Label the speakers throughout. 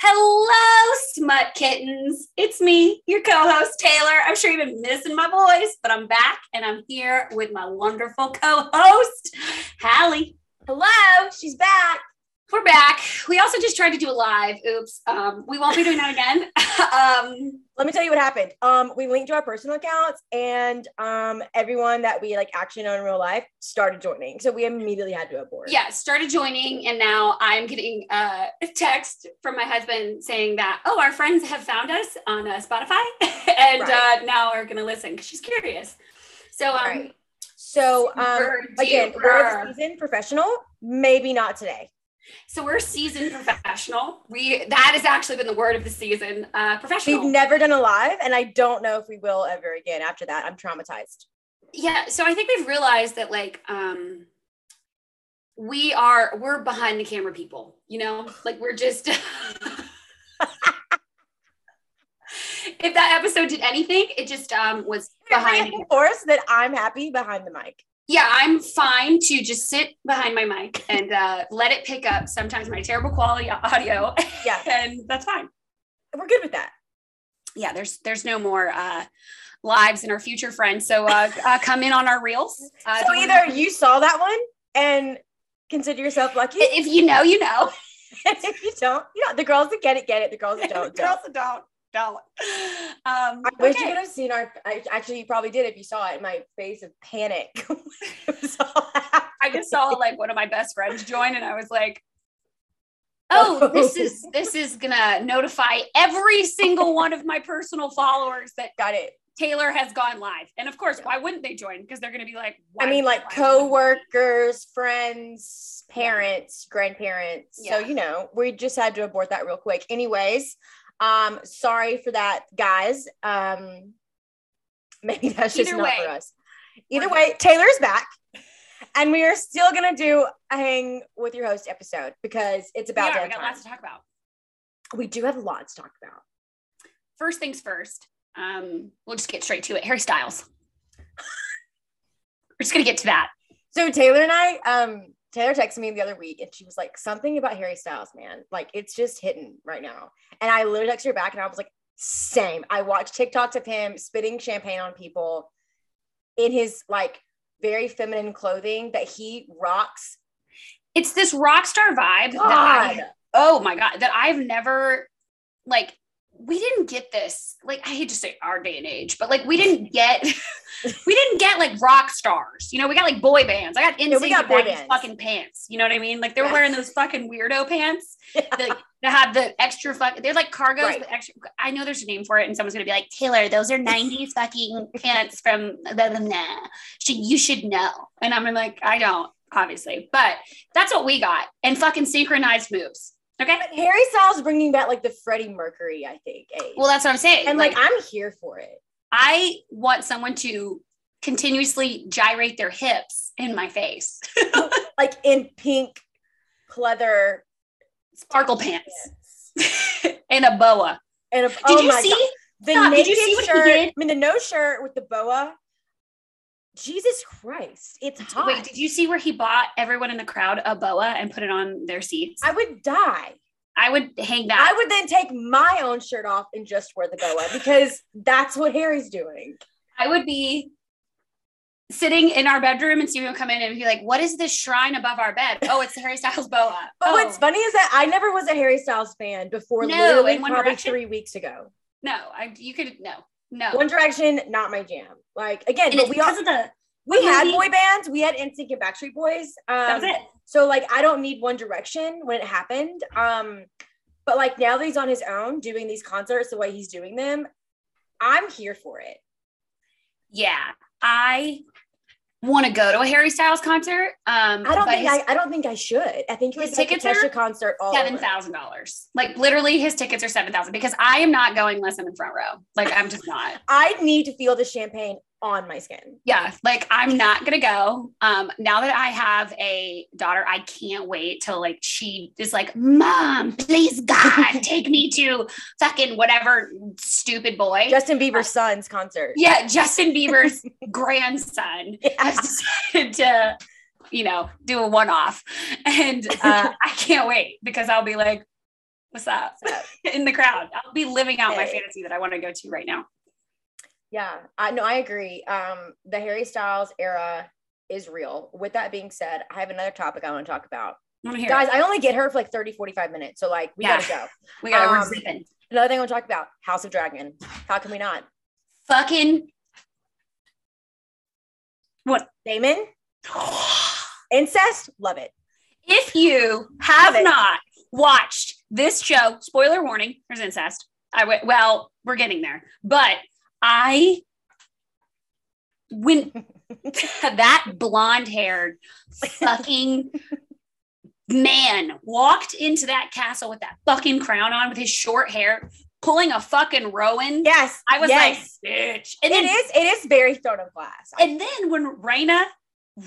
Speaker 1: Hello, smut kittens. It's me, your co host, Taylor. I'm sure you've been missing my voice, but I'm back and I'm here with my wonderful co host, Hallie.
Speaker 2: Hello, she's back.
Speaker 1: We're back. We also just tried to do a live. Oops. Um, we won't be doing that again. um,
Speaker 2: Let me tell you what happened. Um, we linked to our personal accounts, and um, everyone that we like actually know in real life started joining. So we immediately had to abort.
Speaker 1: yeah, started joining, and now I'm getting uh, a text from my husband saying that, oh, our friends have found us on uh, Spotify and
Speaker 2: Right.
Speaker 1: uh, now are going to listen because she's curious. So, um,
Speaker 2: Right. So um,
Speaker 1: super
Speaker 2: again,
Speaker 1: duper.
Speaker 2: we're the season professional. Maybe not today.
Speaker 1: So we're seasoned professional. We that has actually been the word of the season. Uh, professional.
Speaker 2: We've never done a live, and I don't know if we will ever again. After that, I'm traumatized.
Speaker 1: yeah. So I think we've realized that like um, we are we're behind the camera people. You know, like we're just. if that episode did anything, it just um, was behind. the camera.
Speaker 2: Reinforce that I'm happy behind the mic.
Speaker 1: Yeah, I'm fine to just sit behind my mic and uh, let it pick up sometimes my terrible quality audio,
Speaker 2: Yeah,
Speaker 1: and that's fine.
Speaker 2: we're good with that.
Speaker 1: yeah, there's there's no more uh, lives in our future friends. So uh, uh, come in on our reels. Uh,
Speaker 2: So
Speaker 1: if you wanna-
Speaker 2: either you saw that one and consider yourself lucky,
Speaker 1: if you know, you know.
Speaker 2: and if you don't, you know the girls that get it get it. The girls that
Speaker 1: Girls
Speaker 2: don't, don't.
Speaker 1: that don't don't. Um,
Speaker 2: I wish you
Speaker 1: okay.
Speaker 2: could have seen our. I, actually, you probably did if you saw it. My face of panic. It was all happening.
Speaker 1: I just saw like one of my best friends join, and I was like, "Oh, this is this is gonna notify every single one of my personal followers that
Speaker 2: Got it.
Speaker 1: Taylor has gone live." And of course, why wouldn't they join? Because they're gonna be like,
Speaker 2: I
Speaker 1: why-
Speaker 2: mean, like
Speaker 1: why-
Speaker 2: co-workers, friends, parents, grandparents. So
Speaker 1: Yeah.
Speaker 2: you know, we just had to abort that real quick. Anyways, um, sorry for that, guys. Um, maybe that's just
Speaker 1: Either
Speaker 2: not
Speaker 1: way,
Speaker 2: for us. Either
Speaker 1: we're-
Speaker 2: way, Taylor's back, and we are still gonna do a hang with your host episode because it's
Speaker 1: We
Speaker 2: about
Speaker 1: are,
Speaker 2: damn
Speaker 1: we got
Speaker 2: time.
Speaker 1: lots to talk about.
Speaker 2: We do have a lot to talk about.
Speaker 1: first things first, um, we'll just get straight to it. Harry Styles. We're just gonna get to that.
Speaker 2: So Taylor and I, um, Taylor texted me the other week and she was like, something about Harry Styles, man. Like it's just hitting right now. And I literally texted her back and I was like, same. I watched TikToks of him spitting champagne on people in his like very feminine clothing that he rocks.
Speaker 1: It's this rock star vibe. That I,
Speaker 2: God.
Speaker 1: oh my god, that I've never like. We didn't get this. Like I hate to say our day and age, but like we didn't get, we didn't get like rock stars. You know, we got like boy bands. I got NSYNC
Speaker 2: we
Speaker 1: yeah,
Speaker 2: got boy
Speaker 1: back these
Speaker 2: bands.
Speaker 1: fucking pants. You know what I mean? Like they were
Speaker 2: Yeah.
Speaker 1: wearing those fucking weirdo pants that, that have the extra fuck. They're like cargos.
Speaker 2: Right.
Speaker 1: With extra, I know there's a name for it, and someone's gonna be like, Taylor, those are '90s fucking pants from blah, blah, blah. Should, you should know. And I'm like, I don't, obviously, but that's what we got. And fucking synchronized moves. Okay.
Speaker 2: But Harry Styles bringing back like the Freddie Mercury, I think. age.
Speaker 1: Well, that's what I'm saying.
Speaker 2: and like I'm here for it.
Speaker 1: I want someone to continuously gyrate their hips in my face.
Speaker 2: Like in pink pleather
Speaker 1: Sparkle pants and a boa.
Speaker 2: and a,
Speaker 1: Did
Speaker 2: oh
Speaker 1: you
Speaker 2: my
Speaker 1: see?
Speaker 2: God. The
Speaker 1: Stop. Did
Speaker 2: naked
Speaker 1: you see what he
Speaker 2: shirt,
Speaker 1: did?
Speaker 2: I mean, the no shirt with the boa. Jesus Christ, it's hot.
Speaker 1: Wait, did you see where he bought everyone in the crowd a boa and put it on their seats?
Speaker 2: I would die.
Speaker 1: I would hang that.
Speaker 2: I would then take my own shirt off and just wear the boa because that's what Harry's doing.
Speaker 1: I would be sitting in our bedroom and Steven would come in and be like, What is this shrine above our bed? Oh, it's the Harry Styles boa.
Speaker 2: But
Speaker 1: oh,
Speaker 2: what's funny is that I never was a Harry Styles fan before
Speaker 1: No,
Speaker 2: literally
Speaker 1: in One
Speaker 2: probably
Speaker 1: Direction?
Speaker 2: three weeks ago.
Speaker 1: No, I, you could, no, no.
Speaker 2: One Direction, not my jam. Like again,
Speaker 1: and
Speaker 2: but
Speaker 1: it's
Speaker 2: we all,
Speaker 1: because of the,
Speaker 2: we had
Speaker 1: movie-
Speaker 2: boy bands, we had NSYNC and Backstreet Boys. Um,
Speaker 1: that was it.
Speaker 2: So like I don't need One Direction when it happened. Um, but like now that he's on his own doing these concerts the way he's doing them, I'm here for it.
Speaker 1: Yeah. I want to go to a Harry Styles concert. Um,
Speaker 2: I don't
Speaker 1: but
Speaker 2: think
Speaker 1: his-
Speaker 2: I, I don't think I should. I think it
Speaker 1: His
Speaker 2: was like a
Speaker 1: tickets are
Speaker 2: Kesha concert all
Speaker 1: seven
Speaker 2: over.
Speaker 1: thousand dollars. Like literally, his tickets are seven thousand because I am not going unless I'm in front row. Like I'm just not.
Speaker 2: I need to feel the champagne on my skin.
Speaker 1: yeah, like I'm not gonna go. Um, now that I have a daughter, I can't wait till like she is like, Mom, please God, take me to fucking whatever stupid boy.
Speaker 2: Justin Bieber's son's concert.
Speaker 1: yeah, Justin Bieber's grandson
Speaker 2: Yeah.
Speaker 1: has decided to, you know, do a one off. And uh, I can't wait because I'll be like, what's up
Speaker 2: So,
Speaker 1: in the crowd? I'll be living out my
Speaker 2: Hey.
Speaker 1: fantasy that I want to go to right now.
Speaker 2: yeah. I no, I agree. Um, the Harry Styles era is real. With that being said, I have another topic I want to talk about.
Speaker 1: I wanna hear
Speaker 2: Guys,
Speaker 1: it.
Speaker 2: I only get her for like 30, 45 minutes. So like we
Speaker 1: Yeah.
Speaker 2: gotta go.
Speaker 1: we gotta, we're
Speaker 2: um,
Speaker 1: zipping.
Speaker 2: Another thing I want to talk about, House of Dragon. How can we not?
Speaker 1: Fucking
Speaker 2: Damon, incest, love it.
Speaker 1: If you have
Speaker 2: Love it.
Speaker 1: not watched this show, spoiler warning, there's incest. I w- well, we're getting there. But I when that blonde-haired fucking man walked into that castle with that fucking crown on with his short hair, pulling a fucking Rowan.
Speaker 2: Yes.
Speaker 1: I was
Speaker 2: yes.
Speaker 1: like, bitch. And
Speaker 2: it
Speaker 1: then
Speaker 2: is, it is very thrown of glass.
Speaker 1: and then when Raina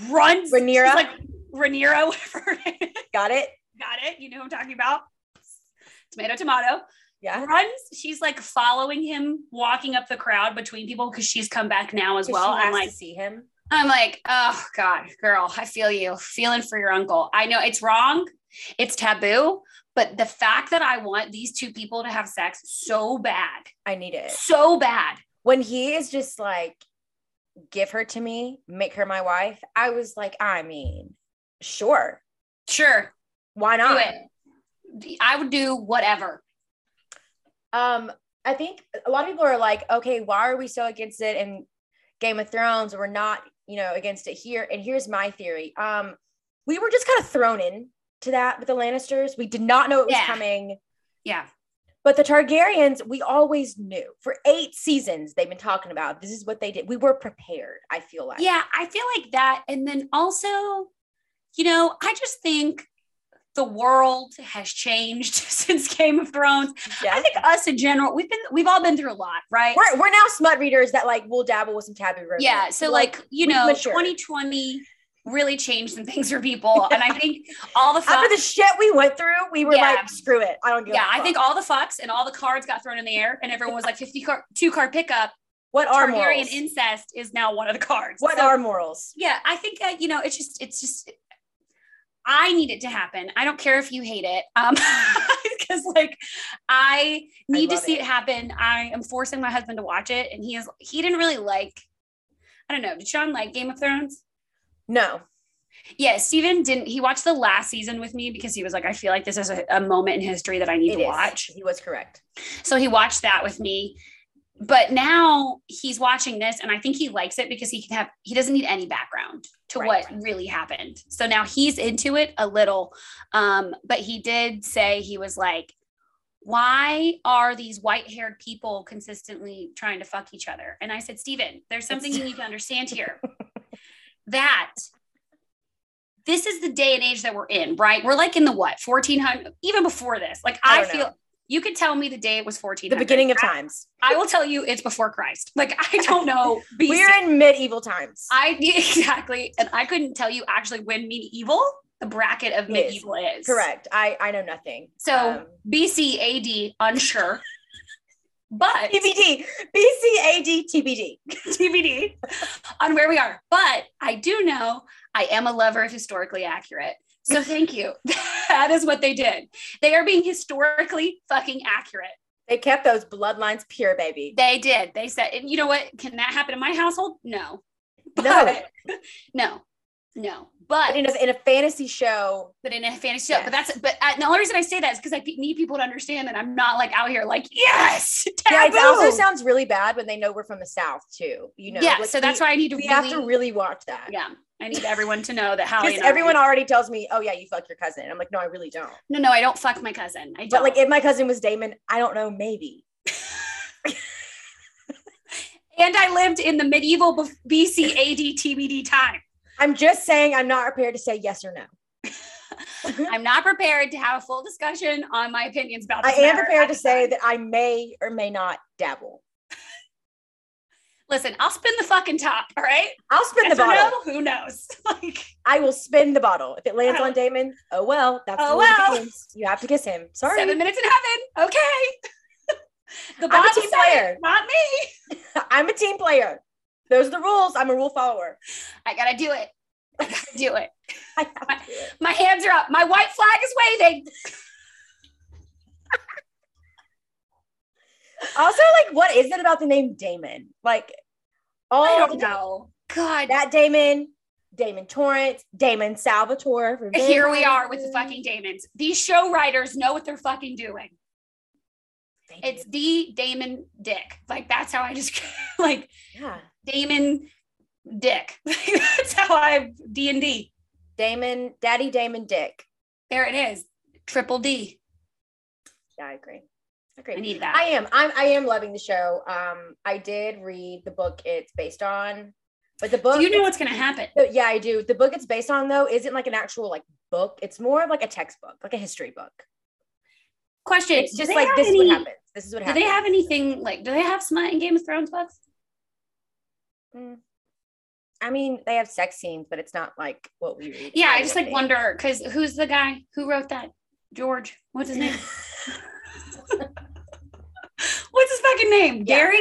Speaker 1: runs
Speaker 2: Rhaenyra?
Speaker 1: she's like Rhaenyra, whatever her name is.
Speaker 2: Got it?
Speaker 1: Got it. You know who I'm talking about. Tomato, tomato.
Speaker 2: Yeah.
Speaker 1: Runs. She's like following him, walking up the crowd between people because she's come back now as
Speaker 2: 'Cause
Speaker 1: well.
Speaker 2: she
Speaker 1: I'm
Speaker 2: has
Speaker 1: like,
Speaker 2: to see him.
Speaker 1: I'm like, oh God, girl, I feel you. Feeling for your uncle. I know it's wrong, it's taboo, but the fact that I want these two people to have sex so bad,
Speaker 2: I need it.
Speaker 1: so bad.
Speaker 2: When he is just like, give her to me, make her my wife, I was like, I mean, sure.
Speaker 1: Sure,
Speaker 2: Why
Speaker 1: do
Speaker 2: not?
Speaker 1: it. I would do whatever.
Speaker 2: Um, I think a lot of people are like, okay, why are we so against it in Game of Thrones? We're not, you know, against it here. And here's my theory. Um, we were just kind of thrown in to that with the Lannisters. We did not know it was
Speaker 1: Yeah.
Speaker 2: coming.
Speaker 1: Yeah.
Speaker 2: But the Targaryens, we always knew. For eight seasons, they've been talking about this is what they did. We were prepared, I feel like.
Speaker 1: Yeah, I feel like that. And then also, you know, I just think the world has changed since Game of Thrones.
Speaker 2: Yeah.
Speaker 1: I think us in general, we've been we've all been through a lot, right?
Speaker 2: We're, we're now smut readers that like will dabble with some taboo. romance.
Speaker 1: yeah. So like, you
Speaker 2: we've
Speaker 1: know,
Speaker 2: matured.
Speaker 1: 2020 really changed some things for people. And I think all the fucks,
Speaker 2: after the shit we went through, we were
Speaker 1: Yeah.
Speaker 2: like, screw it. I don't give a
Speaker 1: yeah, I
Speaker 2: fuck.
Speaker 1: think all the fucks and all the cards got thrown in the air and everyone was like 50 car two card pickup.
Speaker 2: what are morals?
Speaker 1: Targaryen incest is now one of the cards.
Speaker 2: what
Speaker 1: So-
Speaker 2: are morals?
Speaker 1: yeah i think that you know it's just it's just i need it to happen i don't care if you hate it um because like i need to
Speaker 2: love
Speaker 1: see
Speaker 2: it.
Speaker 1: it. happen i am forcing my husband to watch it and he is he didn't really like i don't know did sean like game of thrones
Speaker 2: No.
Speaker 1: yeah steven didn't he watched the last season with me because he was like i feel like this is a, a moment in history that i need
Speaker 2: It
Speaker 1: to
Speaker 2: is.
Speaker 1: watch
Speaker 2: He was correct.
Speaker 1: so he watched that with me. But now he's watching this and I think he likes it because he can have he doesn't need any background to
Speaker 2: Right.
Speaker 1: what really happened. So now he's into it a little. Um but he did say he was like why are these white-haired people consistently trying to fuck each other? And I said, "Steven, there's something you need to understand here. that this is the day and age that we're in, right? We're like in the what, 1400 even before this. Like
Speaker 2: I
Speaker 1: I,
Speaker 2: don't know.
Speaker 1: feel you could tell me the day it was 14.
Speaker 2: The beginning of times.
Speaker 1: I will tell you it's before Christ. Like I don't know. BC.
Speaker 2: We're in medieval times.
Speaker 1: I exactly, and I couldn't tell you actually when medieval the bracket of
Speaker 2: Is.
Speaker 1: medieval is,
Speaker 2: correct. I I know nothing. Um,
Speaker 1: So BC AD unsure, but
Speaker 2: TBD, BCAD TBD.
Speaker 1: TBD on where we are. But I do know I am a lover of historically accurate. So thank you. that is what they did. They are being historically fucking accurate.
Speaker 2: They kept those bloodlines pure, baby.
Speaker 1: They did. They said, and you know what? Can that happen in my household? No.
Speaker 2: No.
Speaker 1: But- no. No.
Speaker 2: But
Speaker 1: But
Speaker 2: in a, in a fantasy show,
Speaker 1: but in a fantasy show, but
Speaker 2: Yes.
Speaker 1: that's but uh, the only reason I say that is because I pe- need people to understand that I'm not like out here like yes
Speaker 2: yeah,
Speaker 1: taboo.
Speaker 2: it also sounds really bad when they know we're from the south too. You know,
Speaker 1: yeah.
Speaker 2: Like,
Speaker 1: so that's
Speaker 2: we,
Speaker 1: why I need to
Speaker 2: we
Speaker 1: really,
Speaker 2: have to really watch that.
Speaker 1: yeah. I need everyone to know that Hallie
Speaker 2: Because
Speaker 1: and I-
Speaker 2: everyone already tells me, "Oh yeah, you fuck your cousin." I'm like, "No, I really don't."
Speaker 1: No, no, I don't fuck my cousin. I don't.
Speaker 2: But like, if my cousin was Damon, I don't know, maybe.
Speaker 1: and I lived in the medieval bef- BC AD TBD time.
Speaker 2: I'm just saying, I'm not prepared to say yes or no.
Speaker 1: I'm not prepared to have a full discussion on my opinions about.
Speaker 2: I
Speaker 1: This
Speaker 2: am
Speaker 1: matter
Speaker 2: prepared
Speaker 1: at
Speaker 2: to
Speaker 1: the
Speaker 2: say
Speaker 1: time.
Speaker 2: that I may or may not dabble.
Speaker 1: Listen, I'll spin the fucking top. All right.
Speaker 2: I'll spin
Speaker 1: Yes
Speaker 2: the
Speaker 1: or
Speaker 2: bottle.
Speaker 1: no? Who knows? like,
Speaker 2: I will spin the bottle. If it lands
Speaker 1: Oh.
Speaker 2: on Damon, oh well. That's
Speaker 1: Oh,
Speaker 2: the rule of the
Speaker 1: well.
Speaker 2: game. You have to kiss him. Sorry.
Speaker 1: seven minutes in heaven. Okay. the
Speaker 2: I'm a
Speaker 1: bottom
Speaker 2: team player.
Speaker 1: not me.
Speaker 2: I'm a team player. Those are the rules. I'm a rule follower.
Speaker 1: I gotta do it. I gotta do it.
Speaker 2: I have to do it.
Speaker 1: My hands are up. My white flag is waving.
Speaker 2: Also, like, what is it about the name Damon? Like,
Speaker 1: I
Speaker 2: all
Speaker 1: don't know. God,
Speaker 2: Oh, that Damon, Damon Torrance, Damon Salvatore. for
Speaker 1: here we
Speaker 2: Vampire
Speaker 1: are with the
Speaker 2: Diaries.
Speaker 1: fucking Damons. These show writers know what they're fucking doing.
Speaker 2: Thank
Speaker 1: It's
Speaker 2: it's
Speaker 1: the Damon Dick. Like that's how I just like
Speaker 2: yeah,
Speaker 1: Damon Dick. that's how I D and D.
Speaker 2: Damon, Daddy Damon Dick.
Speaker 1: There it is. Triple D.
Speaker 2: Yeah, I agree.
Speaker 1: I
Speaker 2: Agree.
Speaker 1: need that.
Speaker 2: I am. I'm. I am loving the show. Um, I did read the book it's based on, but the book.
Speaker 1: Do you know what's gonna happen?
Speaker 2: So, yeah, I do. The book it's based on though isn't like an actual like book. It's more of like a textbook, like a history book.
Speaker 1: Question.
Speaker 2: It's
Speaker 1: do
Speaker 2: just
Speaker 1: they
Speaker 2: like
Speaker 1: have
Speaker 2: this is
Speaker 1: any-
Speaker 2: what happens. This is what
Speaker 1: Do
Speaker 2: happens.
Speaker 1: they have anything like? Do they have smut in Game of Thrones books?
Speaker 2: I mean, they have sex scenes, but it's not like what we read.
Speaker 1: Yeah, I
Speaker 2: It's
Speaker 1: just
Speaker 2: not
Speaker 1: like
Speaker 2: what
Speaker 1: wonder because who's the guy who wrote that? George. What's his
Speaker 2: they-
Speaker 1: name? What's his fucking name?
Speaker 2: Yeah.
Speaker 1: Gary?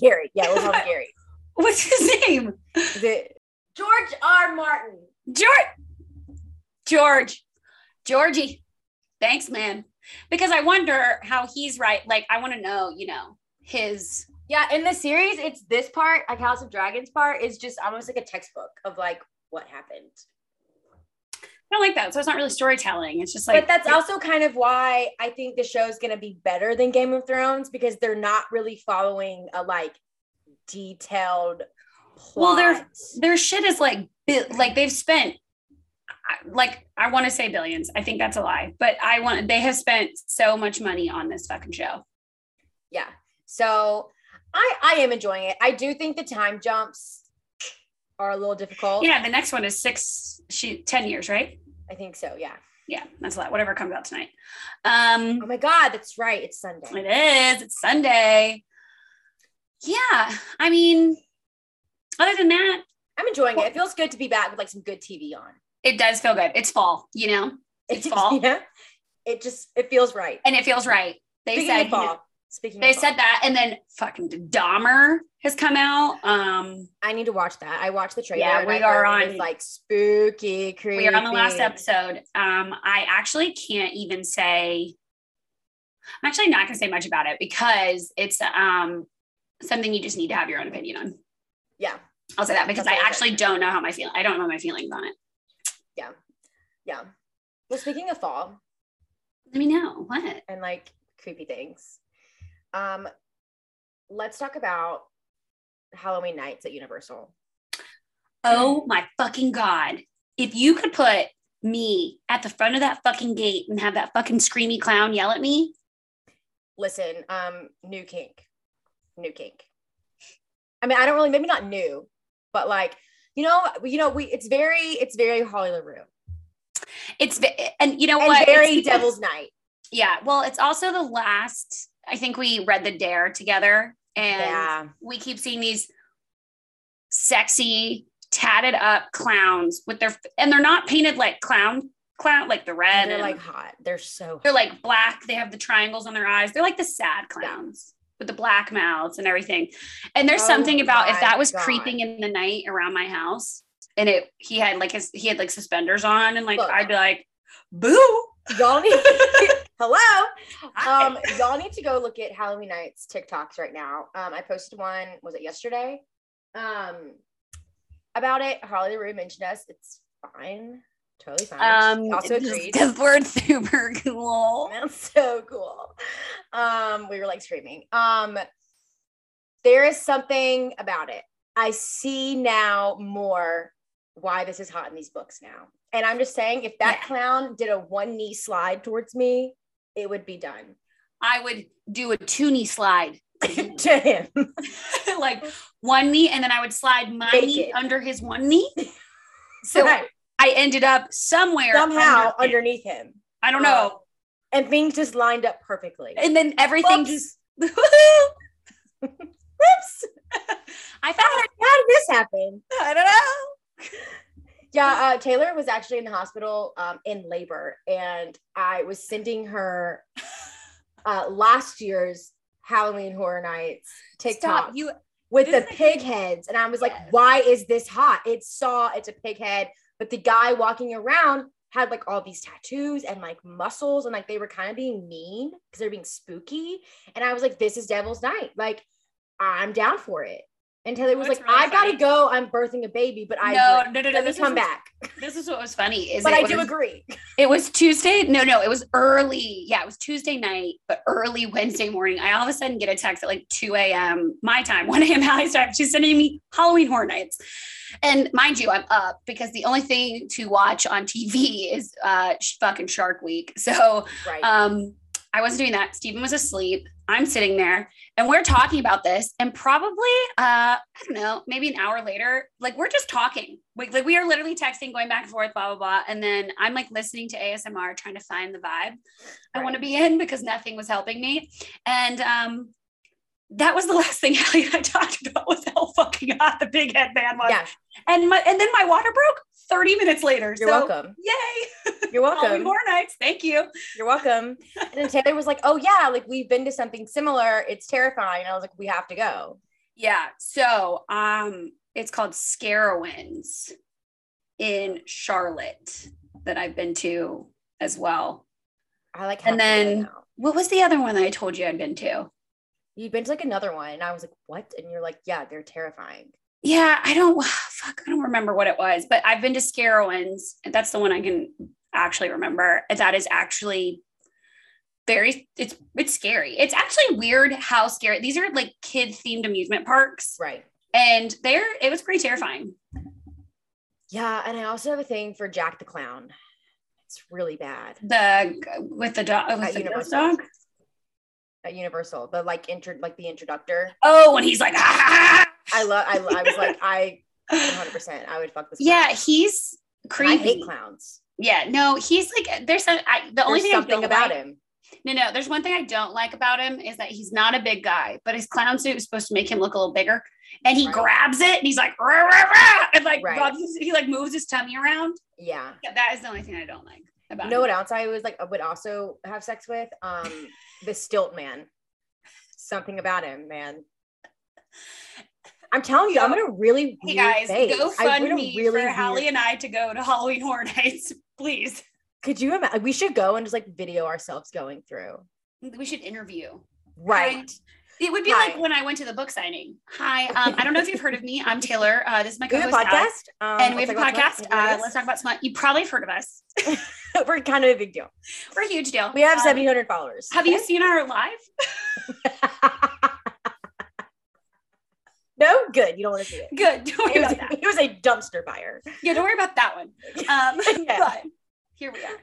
Speaker 2: Gary. Yeah, we'll call him Gary.
Speaker 1: What's his name?
Speaker 2: Is it George R. Martin?
Speaker 1: George. George. Georgie. Thanks, man. Because I wonder how he's right. Like, I want to know, you know, his.
Speaker 2: Yeah, in the series, it's this part, like House of Dragons part, is just almost like a textbook of like what happened.
Speaker 1: I don't like that. So it's not really storytelling. It's just like.
Speaker 2: but that's also kind of why I think the show's going to be better than Game of Thrones because they're not really following a like detailed plot.
Speaker 1: Well, they're- their shit is like bi- like they've spent I- like I want to say billions. I think that's a lie, but I want they have spent so much money on this fucking show.
Speaker 2: yeah. So I I am enjoying it. I do think the time jumps are a little difficult.
Speaker 1: Yeah, the next one is six she 10 years, right?
Speaker 2: I think so. Yeah.
Speaker 1: Yeah, that's a lot. Whatever comes out tonight. Um
Speaker 2: Oh my God, that's right. It's Sunday.
Speaker 1: It is. It's Sunday. Yeah. I mean, other than that,
Speaker 2: I'm enjoying it. It feels good to be back with like some good TV on.
Speaker 1: it does feel good. It's fall, you know, It's fall.
Speaker 2: yeah. It just it feels right.
Speaker 1: and it feels right. They
Speaker 2: Speaking
Speaker 1: said
Speaker 2: of fall. Speaking
Speaker 1: they
Speaker 2: of fall,
Speaker 1: said that, and then fucking Dahmer has come out. Um,
Speaker 2: I need to watch that. I watched the trailer.
Speaker 1: Yeah,
Speaker 2: and
Speaker 1: we
Speaker 2: I
Speaker 1: are
Speaker 2: heard it
Speaker 1: on-
Speaker 2: was, like spooky, creepy.
Speaker 1: we are on the last episode. Um, I actually can't even say. I'm actually not going to say much about it because it's um something you just need to have your own opinion on.
Speaker 2: Yeah,
Speaker 1: I'll say that because
Speaker 2: Okay,
Speaker 1: I
Speaker 2: good.
Speaker 1: actually don't know how my feel. I don't know my feelings on it.
Speaker 2: yeah. Well, speaking of fall
Speaker 1: Let me know what.
Speaker 2: and like creepy things, um, let's talk about Halloween nights at Universal.
Speaker 1: Oh my fucking God. If you could put me at the front of that fucking gate and have that fucking screamy clown yell at me,
Speaker 2: Listen, um, new kink, new kink. I mean, I don't really, maybe not new, but like, you know, you know, we it's very, it's very Holly LaRue
Speaker 1: it's, ve- and you know
Speaker 2: and
Speaker 1: Oh, what?
Speaker 2: very
Speaker 1: It's-
Speaker 2: Devil's Night.
Speaker 1: Yeah. Well, it's also the last, I think we read the dare together and
Speaker 2: Yeah,
Speaker 1: we keep seeing these sexy, tatted up clowns with their, and they're not painted like clown, clown, like the red.
Speaker 2: they're
Speaker 1: and-
Speaker 2: like hot. They're so
Speaker 1: They're like black. They have the triangles on their eyes. They're like the sad clowns with the black mouths and everything. And there's
Speaker 2: Oh
Speaker 1: something about if
Speaker 2: my
Speaker 1: that was
Speaker 2: God.
Speaker 1: creeping in the night around my house and it he had like his he had like suspenders on and like
Speaker 2: Look.
Speaker 1: I'd be like, boo.
Speaker 2: y'all need hello
Speaker 1: Hi.
Speaker 2: um y'all need to go look at halloween nights tiktoks right now um i posted one was it yesterday um about it harley rue mentioned us it's fine totally fine She
Speaker 1: um
Speaker 2: also agreed
Speaker 1: because we're super cool.
Speaker 2: that's so cool um we were like screaming um there is something about it i see now more why this is hot in these books now and i'm just saying if that
Speaker 1: Yeah.
Speaker 2: clown did a one knee slide towards me it would be done
Speaker 1: I would do a toonie slide.
Speaker 2: to him
Speaker 1: like one knee and then I would slide my
Speaker 2: Naked.
Speaker 1: knee under his one knee.
Speaker 2: so
Speaker 1: So I ended up somewhere
Speaker 2: somehow
Speaker 1: under-
Speaker 2: underneath him
Speaker 1: I don't know.
Speaker 2: and things just lined up perfectly
Speaker 1: and then everything
Speaker 2: Whoops.
Speaker 1: just whoops. I found it.
Speaker 2: How did this happen?
Speaker 1: I don't know.
Speaker 2: Yeah, uh, Taylor was actually in the hospital um, in labor, and I was sending her uh, last year's Halloween Horror Nights TikTok
Speaker 1: Stop. You
Speaker 2: with
Speaker 1: This
Speaker 2: the
Speaker 1: is a-
Speaker 2: pig heads, and I was
Speaker 1: Yes.
Speaker 2: like, "Why is this hot?" It's saw, it's a pig head, but the guy walking around had like all these tattoos and like muscles, and like they were kind of being mean because they're being spooky, and I was like, "This is Devil's Night," like I'm down for it. And Taylor was
Speaker 1: That's
Speaker 2: like,
Speaker 1: really
Speaker 2: "I gotta
Speaker 1: funny.
Speaker 2: go. I'm birthing a baby, but I
Speaker 1: no,
Speaker 2: agree.
Speaker 1: no, no, no.
Speaker 2: let me
Speaker 1: This
Speaker 2: come
Speaker 1: was-
Speaker 2: back."
Speaker 1: This is what was funny. Is
Speaker 2: But
Speaker 1: it
Speaker 2: I do
Speaker 1: was-
Speaker 2: agree.
Speaker 1: It was Tuesday. No, no, it was early. Yeah, it was Tuesday night, but early Wednesday morning. I all of a sudden get a text at like 2 a.m. my time, 1 a.m. Hallie's time. She's sending me Halloween Horror Nights. And mind you, I'm up because the only thing to watch on TV is uh sh- fucking Shark Week. So
Speaker 2: Right.
Speaker 1: um I wasn't doing that. Stephen was asleep. I'm sitting there and we're talking about this. And probably uh, I don't know, maybe an hour later, like we're just talking. Like, like we are literally texting, going back and forth, blah, blah, blah. And then I'm like listening to ASMR, trying to find the vibe I
Speaker 2: Right.
Speaker 1: want to be in because nothing was helping me. And um that was the last thing Allie and I talked about was how fucking hot the big head man was.
Speaker 2: yeah,
Speaker 1: And my and then my water broke 30 minutes later.
Speaker 2: you're
Speaker 1: so
Speaker 2: welcome.
Speaker 1: yay.
Speaker 2: You're
Speaker 1: Halloween
Speaker 2: welcome.
Speaker 1: Horror Nights. Thank you.
Speaker 2: You're welcome. And then Taylor was like, "Oh yeah, like we've been to something similar. It's terrifying." And I was like, "We have to go."
Speaker 1: Yeah. So um it's called Scarowinds in Charlotte that I've been to as well.
Speaker 2: I like,
Speaker 1: And
Speaker 2: have to go
Speaker 1: then-
Speaker 2: now.
Speaker 1: What was the other one that I told you I'd been to?
Speaker 2: you've been to like another one, and I was like, "What?" And you're like, "Yeah, they're terrifying."
Speaker 1: Yeah, I don't fuck, I don't remember what it was, but I've been to Scarowinds. and That's the one I can actually remember. And That is actually very it's it's scary. It's actually weird how scary. These are like kid themed amusement parks
Speaker 2: Right.
Speaker 1: and there it was pretty terrifying.
Speaker 2: Yeah, and I also have a thing for Jack the Clown. It's really bad
Speaker 1: The with the dog with
Speaker 2: At
Speaker 1: the ghost
Speaker 2: Universal.
Speaker 1: dog.
Speaker 2: at Universal. The like intro, like the introductor.
Speaker 1: Oh, and he's like, ah!
Speaker 2: I love. I, lo- I was like, I 100. percent I would fuck this.
Speaker 1: yeah,
Speaker 2: clown.
Speaker 1: he's
Speaker 2: And Oh, I
Speaker 1: creepy.
Speaker 2: hate clowns.
Speaker 1: yeah, no, he's like, there's a, I, the only
Speaker 2: There's
Speaker 1: thing I
Speaker 2: something
Speaker 1: don't
Speaker 2: about
Speaker 1: like,
Speaker 2: him.
Speaker 1: No, no, there's one thing I don't like about him is that he's not a big guy, but his clown suit is supposed to make him look a little bigger, and he
Speaker 2: Right.
Speaker 1: grabs it and he's like, rah, rah, rah, and like
Speaker 2: Right.
Speaker 1: rubs his- he like moves his tummy around.
Speaker 2: Yeah.
Speaker 1: Yeah, that is the only thing I don't like about.
Speaker 2: You know
Speaker 1: him.
Speaker 2: what else I was like would also have sex with? Um the stilt man. Something about him, man. I'm telling you, I'm gonna really
Speaker 1: Hey
Speaker 2: weird
Speaker 1: guys,
Speaker 2: phase.
Speaker 1: go
Speaker 2: I
Speaker 1: fund
Speaker 2: went a
Speaker 1: me
Speaker 2: really
Speaker 1: for Hallie
Speaker 2: weird-
Speaker 1: and I to go to Halloween Horror Nights, please.
Speaker 2: Could you imagine? We should go and just like video ourselves going through.
Speaker 1: We should interview.
Speaker 2: Right.
Speaker 1: It would be
Speaker 2: Hi.
Speaker 1: like when I went to the book signing. Hi, um, I don't know if you've heard of me. I'm Taylor. Uh, this is my
Speaker 2: We have
Speaker 1: co-host
Speaker 2: a
Speaker 1: Alex,
Speaker 2: podcast. Um,
Speaker 1: and we have
Speaker 2: let's
Speaker 1: a
Speaker 2: talk about
Speaker 1: podcast.
Speaker 2: Smut.
Speaker 1: Uh, let's talk about smut. You probably have heard of us.
Speaker 2: We're kind of a big deal.
Speaker 1: We're a huge deal.
Speaker 2: We have
Speaker 1: Um,
Speaker 2: 700 followers.
Speaker 1: Have you seen our live?
Speaker 2: no good. You don't want to see it.
Speaker 1: Good. Don't worry
Speaker 2: It was,
Speaker 1: about that.
Speaker 2: it was a dumpster fire.
Speaker 1: Yeah, don't worry about that one. Um,
Speaker 2: Yeah.
Speaker 1: But here we are.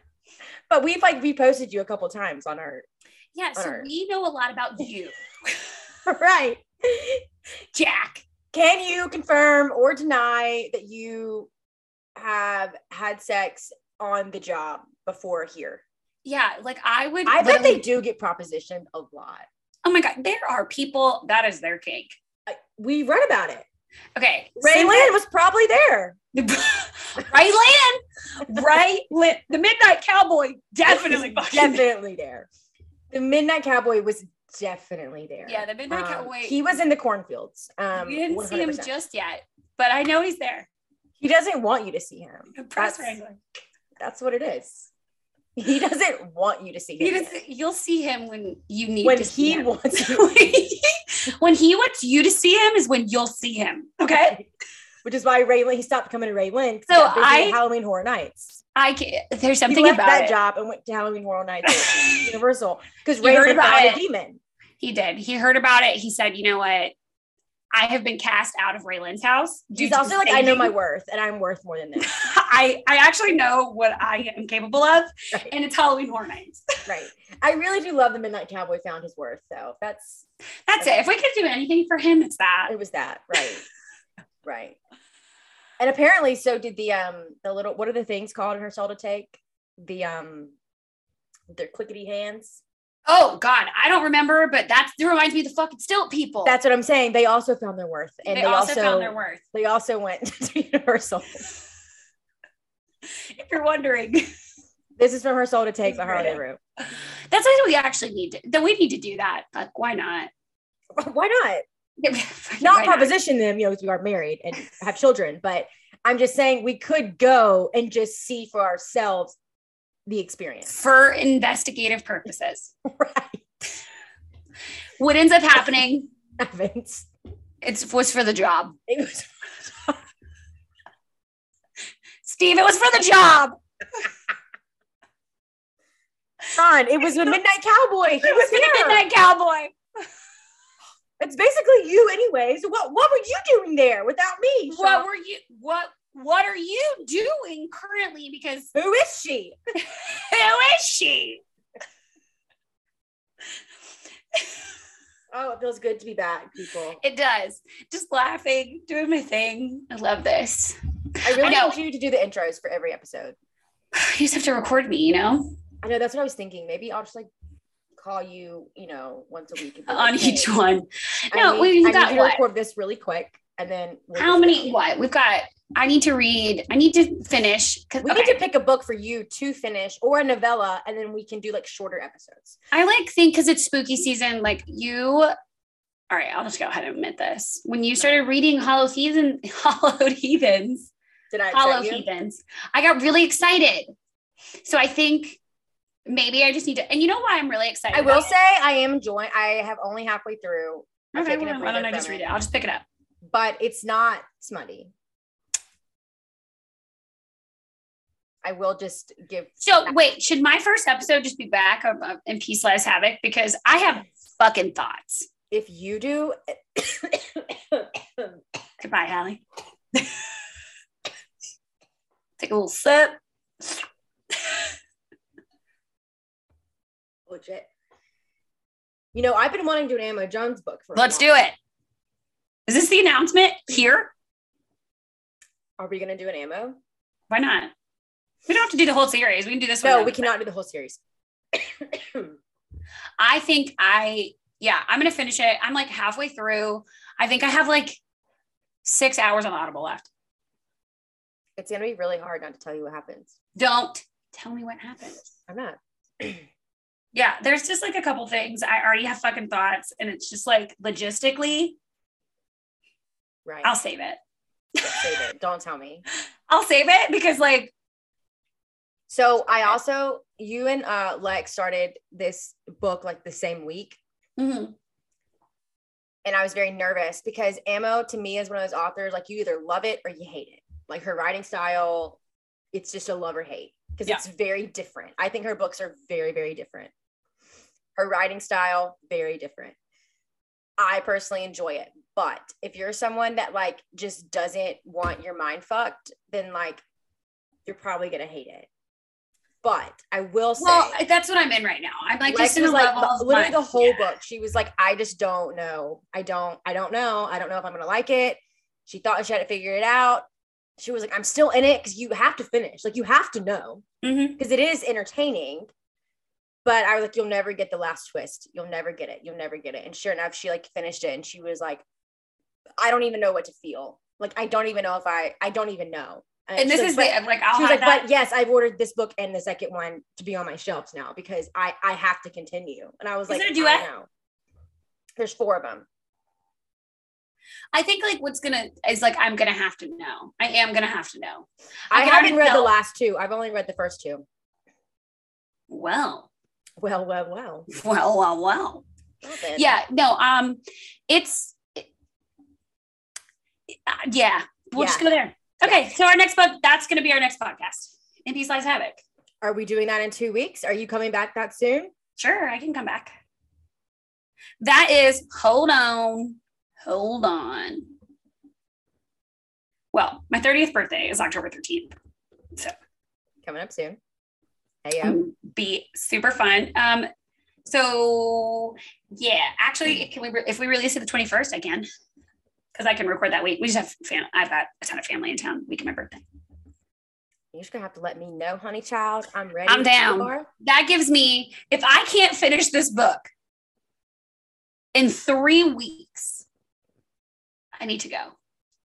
Speaker 2: But we've like reposted you a couple times on our
Speaker 1: Yeah. So
Speaker 2: Alright.
Speaker 1: we know a lot about you,
Speaker 2: right.
Speaker 1: Jack.
Speaker 2: Can you confirm or deny that you have had sex on the job before here?
Speaker 1: Yeah. Like I would.
Speaker 2: I bet
Speaker 1: literally-
Speaker 2: they do get propositioned a lot.
Speaker 1: Oh my God. There are people that is their kink.
Speaker 2: Like, we read about it.
Speaker 1: Okay.
Speaker 2: Ray
Speaker 1: so-
Speaker 2: Lynn was probably there.
Speaker 1: right land, right land. The Midnight Cowboy definitely fucking.
Speaker 2: definitely there. The Midnight Cowboy was definitely there.
Speaker 1: Yeah, the Midnight
Speaker 2: Um,
Speaker 1: Cowboy.
Speaker 2: He was in the cornfields. Um,
Speaker 1: we didn't see him
Speaker 2: 100%.
Speaker 1: just yet, but I know he's there.
Speaker 2: he doesn't want you to see him.
Speaker 1: Press
Speaker 2: That's-
Speaker 1: wrangler.
Speaker 2: That's what it is. He doesn't want you to see him.
Speaker 1: He
Speaker 2: there.
Speaker 1: doesn't- you'll see him when you need
Speaker 2: when
Speaker 1: to see
Speaker 2: he
Speaker 1: him.
Speaker 2: wants you,
Speaker 1: when he wants you to see him is when you'll see him. Okay.
Speaker 2: which is why Ray Lynn, he stopped coming to Ray Lynn. 'cause he
Speaker 1: So
Speaker 2: got busy at
Speaker 1: I-
Speaker 2: Halloween Horror Nights.
Speaker 1: I can there's
Speaker 2: He
Speaker 1: something
Speaker 2: left
Speaker 1: about
Speaker 2: that
Speaker 1: it.
Speaker 2: job and went to Halloween Horror Nights at Universal because
Speaker 1: You
Speaker 2: Ray
Speaker 1: heard
Speaker 2: Lynn
Speaker 1: about
Speaker 2: found a
Speaker 1: it.
Speaker 2: demon.
Speaker 1: He did. He heard about it. He said, you know what? I have been cast out of Raylan's house. due
Speaker 2: He's
Speaker 1: to
Speaker 2: also like, I know
Speaker 1: staging."
Speaker 2: my worth and I'm worth more than this.
Speaker 1: I, I actually know what I am capable of,
Speaker 2: Right.
Speaker 1: and it's Halloween Horror Nights.
Speaker 2: right. I really do love the Midnight Cowboy found his worth. So that's
Speaker 1: That's it. If we could do anything for him, it's that.
Speaker 2: it was that. Right. right. And apparently, so did the um the little what are the things called in her soul to take? The um their clickety hands.
Speaker 1: Oh God, I don't remember, but that reminds me of the fucking stilt people.
Speaker 2: That's what I'm saying. They also found their worth, and
Speaker 1: they, also, found their worth.
Speaker 2: they also went to Universal.
Speaker 1: If you're wondering,
Speaker 2: This is from her soul to take by Harley
Speaker 1: Right.
Speaker 2: Rue.
Speaker 1: that's what we actually need. To, that we need to do that. Like, why not?
Speaker 2: Why not?
Speaker 1: Why
Speaker 2: Not proposition them, you know, because we are married and have children, but I'm just saying we could go and just see for ourselves the experience.
Speaker 1: for investigative purposes.
Speaker 2: Right.
Speaker 1: What ends up happening?
Speaker 2: Evans.
Speaker 1: It was for the job,
Speaker 2: It was
Speaker 1: Steve. It was for the job.
Speaker 2: Ron. It was the Midnight Cowboy. He
Speaker 1: It was for the
Speaker 2: there.
Speaker 1: midnight cowboy.
Speaker 2: It's basically you, anyways. What what were you doing there without me?
Speaker 1: What were you? What? What are you doing currently? Because
Speaker 2: Sean? Who is she?
Speaker 1: who is she?
Speaker 2: Oh, it feels good to be back, people.
Speaker 1: It does. Just laughing, doing my thing. I love this.
Speaker 2: I really
Speaker 1: know.
Speaker 2: want you to do the intros for every episode.
Speaker 1: You just have to record me, you know,
Speaker 2: I know that's what I was thinking. Maybe I'll just like call you, you know, once a week and be like,
Speaker 1: on
Speaker 2: "Hey,
Speaker 1: each one.
Speaker 2: I
Speaker 1: No,
Speaker 2: need-
Speaker 1: we've
Speaker 2: I need
Speaker 1: got
Speaker 2: you to
Speaker 1: what?
Speaker 2: record this really quick, and then we'll
Speaker 1: How
Speaker 2: just-
Speaker 1: many? What? We've got. I need to read. I need to finish. 'cause-
Speaker 2: We
Speaker 1: okay.
Speaker 2: need to pick a book for you to finish or a novella, and then we can do like shorter episodes.
Speaker 1: I like think because it's spooky season. Like you. All right, I'll just go ahead and admit this. When you started reading Hollow Heathen, Hollowed Heathens,
Speaker 2: Did I
Speaker 1: Hollow
Speaker 2: upset you?
Speaker 1: Heathens, I got really excited. So I think maybe I just need to. And you know why I'm really excited?
Speaker 2: I will
Speaker 1: about it?
Speaker 2: say I am enjoying. I have only halfway through, I've
Speaker 1: Okay,
Speaker 2: taken a
Speaker 1: well, why don't I
Speaker 2: breather
Speaker 1: just
Speaker 2: from
Speaker 1: read
Speaker 2: it.
Speaker 1: it? I'll just pick it up.
Speaker 2: but it's not smutty. I will just give.
Speaker 1: So wait, should my first episode just be back of, of, in Peace Lies Havoc because I have fucking thoughts.
Speaker 2: If you do,
Speaker 1: Goodbye, Hallie. Take a little sip.
Speaker 2: legit. You know, I've been wanting to do an Emma Jones book for. a
Speaker 1: Let's do
Speaker 2: while.
Speaker 1: it. Is this the announcement here?
Speaker 2: Are we gonna do an ammo?
Speaker 1: Why not? We don't have to do the whole series. We can do this one.
Speaker 2: No,
Speaker 1: now.
Speaker 2: we cannot do the whole series.
Speaker 1: I think I, yeah, I'm going to finish it. I'm like halfway through. I think I have like six hours on Audible left.
Speaker 2: it's gonna be really hard not to tell you what happens.
Speaker 1: Don't tell me what happened.
Speaker 2: I'm not.
Speaker 1: Yeah, there's just like a couple things. I already have fucking thoughts, and it's just like logistically,
Speaker 2: Right.
Speaker 1: I'll save it.
Speaker 2: save it. Don't tell me.
Speaker 1: I'll save it because like
Speaker 2: So I also you and uh Lex started this book like the same week.
Speaker 1: mhm.
Speaker 2: And I was very nervous because Ammo to me is one of those authors, like you either love it or you hate it. Like her writing style, it's just a love or hate because
Speaker 1: Yeah.
Speaker 2: it's very different. I think her books are very, very different. Her writing style, very different. I personally enjoy it. But if you're someone that like just doesn't want your mind fucked, then like you're probably gonna hate it. But I will say
Speaker 1: well, that's what I'm in right now. I'm like
Speaker 2: Lex
Speaker 1: just in a
Speaker 2: was, like,
Speaker 1: level
Speaker 2: the-
Speaker 1: of
Speaker 2: literally
Speaker 1: like-
Speaker 2: the whole
Speaker 1: yeah.
Speaker 2: book. She was like, I just don't know. I don't, I don't know. I don't know if I'm gonna like it. She thought she had to figure it out. She was like, I'm still in it because you have to finish. Like you have to know
Speaker 1: Mhm.
Speaker 2: because it is entertaining. But I was like, you'll never get the last twist. You'll never get it. You'll never get it. And sure enough, she like finished it and she was like, I don't even know what to feel. Like I don't even know if I I don't even know.
Speaker 1: And
Speaker 2: she
Speaker 1: this
Speaker 2: was
Speaker 1: is
Speaker 2: like,
Speaker 1: the like I'll
Speaker 2: she was
Speaker 1: have
Speaker 2: like,
Speaker 1: that.
Speaker 2: but yes, I've ordered this book and the second one to be on my shelves now because I I have to continue. And I was
Speaker 1: Is
Speaker 2: like,
Speaker 1: it a
Speaker 2: I
Speaker 1: duet?
Speaker 2: know. There's four of them.
Speaker 1: I think like what's gonna is like I'm gonna have to know. I am gonna have to know.
Speaker 2: I,
Speaker 1: I can
Speaker 2: haven't
Speaker 1: already
Speaker 2: read the
Speaker 1: tell.
Speaker 2: last two. I've only read the first two.
Speaker 1: Well,
Speaker 2: Well, well, well.
Speaker 1: well, well, well.
Speaker 2: Well then.
Speaker 1: yeah no um it's it- uh, yeah we'll just
Speaker 2: Yeah.
Speaker 1: go there okay so our next book that's going to be our next podcast in peace lies havoc
Speaker 2: Are we doing that in two weeks? Are you coming back that soon?
Speaker 1: sure i can come back that is hold on hold on well my 30th birthday is october 13th
Speaker 2: Coming up soon. Hey, yeah.
Speaker 1: Um, be super fun um so yeah actually
Speaker 2: Mm.
Speaker 1: can we re- if we release it the 21st i can because i can record that week we just have fam- i've got a ton of family in town week of my birthday
Speaker 2: You're just gonna have to let me know, honey child. I'm ready.
Speaker 1: I'm down.
Speaker 2: for-
Speaker 1: That gives me, if I can't finish this book in three weeks, I need to go.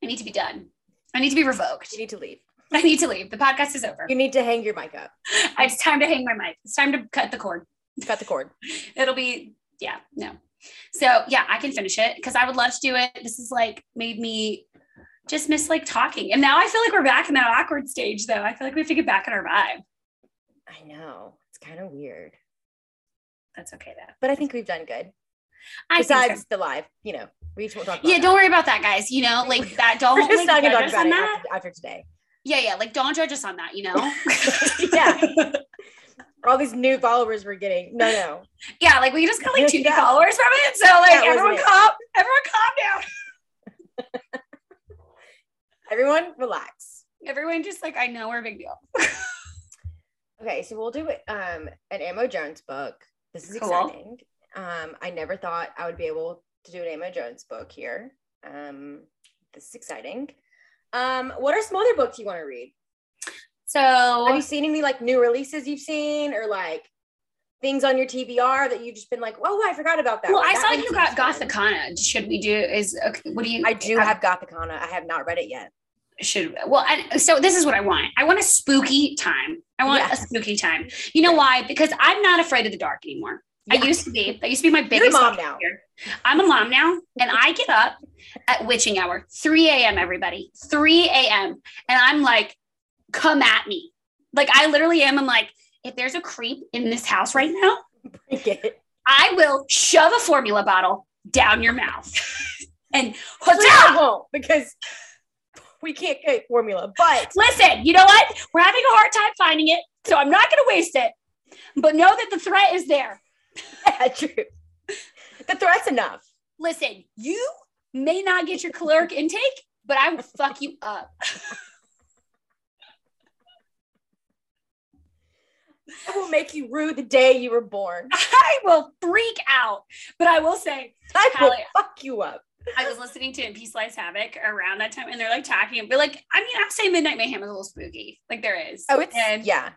Speaker 1: I need to be done. I need to be revoked.
Speaker 2: You need to leave.
Speaker 1: I need to leave. The podcast is over.
Speaker 2: You need to hang your mic up.
Speaker 1: It's time to hang my mic. It's time to cut the cord.
Speaker 2: Cut the cord.
Speaker 1: It'll be, yeah, no. So, yeah, I can finish it because I would love to do it. This is like made me just miss like talking. And now I feel like we're back in that awkward stage, though. I feel like we have to get back in our vibe.
Speaker 2: I know. It's kind of weird.
Speaker 1: That's okay, though.
Speaker 2: But I think we've done good.
Speaker 1: I think so.
Speaker 2: Besides the live, you know, we just won't talk about
Speaker 1: yeah
Speaker 2: that.
Speaker 1: don't worry about that guys you know like that don't
Speaker 2: We're just
Speaker 1: like,
Speaker 2: not gonna
Speaker 1: judge
Speaker 2: talk
Speaker 1: us
Speaker 2: about
Speaker 1: on
Speaker 2: it
Speaker 1: that
Speaker 2: after, after today.
Speaker 1: yeah yeah like don't judge us on that you know
Speaker 2: yeah. All these new followers we're getting. No, no.
Speaker 1: yeah like we just got like two new
Speaker 2: Yeah.
Speaker 1: followers from it so like
Speaker 2: That wasn't
Speaker 1: everyone
Speaker 2: it.
Speaker 1: calm everyone calm down
Speaker 2: Everyone relax.
Speaker 1: everyone just like i know we're a big deal
Speaker 2: Okay, so we'll do um an Ammo Jones book. This is
Speaker 1: Cool.
Speaker 2: exciting. Um, I never thought I would be able to do an Ammo Jones book here. Um, this is exciting. Um, what are some other books you want to read? Have
Speaker 1: so
Speaker 2: you seen any like new releases you've seen or like things on your TBR that you've just been like, oh, I forgot about that?
Speaker 1: well
Speaker 2: one.
Speaker 1: i
Speaker 2: That
Speaker 1: saw
Speaker 2: one
Speaker 1: you
Speaker 2: seems
Speaker 1: got
Speaker 2: fun."
Speaker 1: gothicana should we do is okay, what do you
Speaker 2: I do have Gothicana. I have not read it yet.
Speaker 1: should well I, so this is what i want i want a spooky time i want a
Speaker 2: Yes.
Speaker 1: spooky time you know why because i'm not afraid of the dark anymore
Speaker 2: Yeah.
Speaker 1: i used to be that used to be my biggest
Speaker 2: You're a mom now.
Speaker 1: here. I'm a mom now, and I get up at witching hour, 3 a.m. Everybody, 3 a.m. And I'm like, come at me. Like I literally am. I'm like, if there's a creep in this house right now,
Speaker 2: Get it.
Speaker 1: I will shove a formula bottle down your mouth. and
Speaker 2: Actually,
Speaker 1: "Huzzah!"
Speaker 2: I won't because we can't get formula, but
Speaker 1: listen, you know what? We're having a hard time finding it, so I'm not going to waste it. But know that the threat is there.
Speaker 2: yeah, true. The threat's enough.
Speaker 1: Listen, you may not get your caloric intake, but I will fuck you up.
Speaker 2: I will make you rue the day you were born.
Speaker 1: I will freak out. But I will say,
Speaker 2: I will
Speaker 1: Hallie-
Speaker 2: fuck you up.
Speaker 1: I was listening to In Peace Lies Havoc around that time, and they're like talking, but like, I mean, I'd say Midnight Mayhem is a little spooky. Like there is.
Speaker 2: Oh, it's
Speaker 1: and,
Speaker 2: yeah,